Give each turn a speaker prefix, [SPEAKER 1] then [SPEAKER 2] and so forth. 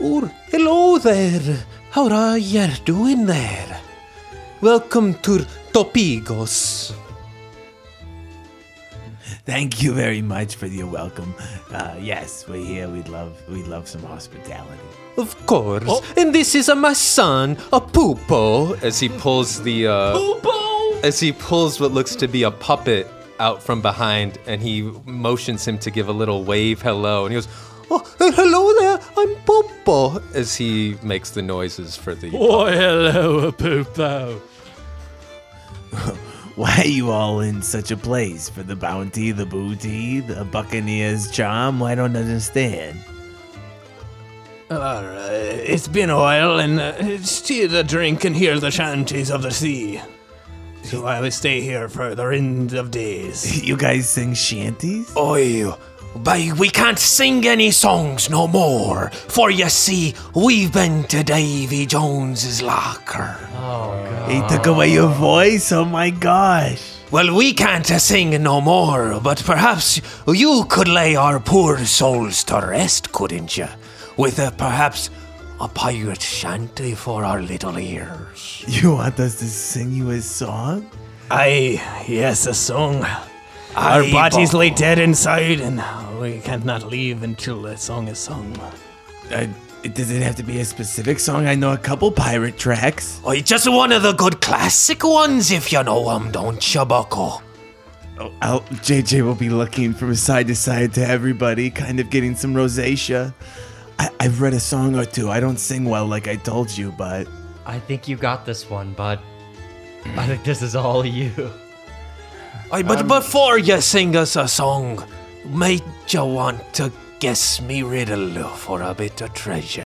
[SPEAKER 1] Oh, hello there. How are you doing there? Welcome to Topigos.
[SPEAKER 2] Thank you very much for your welcome. Uh, yes, we're here. We'd love we'd love some hospitality.
[SPEAKER 1] Of course. And this is uh, my son, a poopo, as he pulls the uh, as he pulls what looks to be a puppet out from behind, and he motions him to give a little wave hello, and he goes, "Oh, eh, hello there, I'm Popo," as he makes the noises for the.
[SPEAKER 3] Oh, hello, Poopo.
[SPEAKER 2] Why are you all in such a place? For the bounty, the booty, the buccaneer's charm? I don't understand.
[SPEAKER 4] All right. Uh, It's been a while, and uh, see the drink and hear the shanties of the sea. So I will stay here for the end of days.
[SPEAKER 2] You guys sing shanties?
[SPEAKER 4] Oi, but we can't sing any songs no more, for you see, we've been to Davy Jones's locker.
[SPEAKER 2] He took away your voice? Oh my gosh.
[SPEAKER 4] Well, we can't sing no more, but perhaps you could lay our poor souls to rest, couldn't you? With a, perhaps a pirate shanty for our little ears.
[SPEAKER 2] You want us to sing you a song?
[SPEAKER 4] Aye, yes, a song. Our bodies lay dead inside, and we cannot leave until that song is sung.
[SPEAKER 2] Uh, it- does it have to be a specific song? I know a couple pirate tracks.
[SPEAKER 4] Oh, just one of the good classic ones, if you know 'em, don't you, Buckle?
[SPEAKER 2] Oh, I'll, JJ will be looking from side to side to everybody, kind of getting some rosacea. I, I've read a song or two. I don't sing well, like I told you, but
[SPEAKER 5] I think you got this one, bud. I think this is all you.
[SPEAKER 4] Aye, but before you sing us a song, might you want to guess me riddle for a bit of treasure?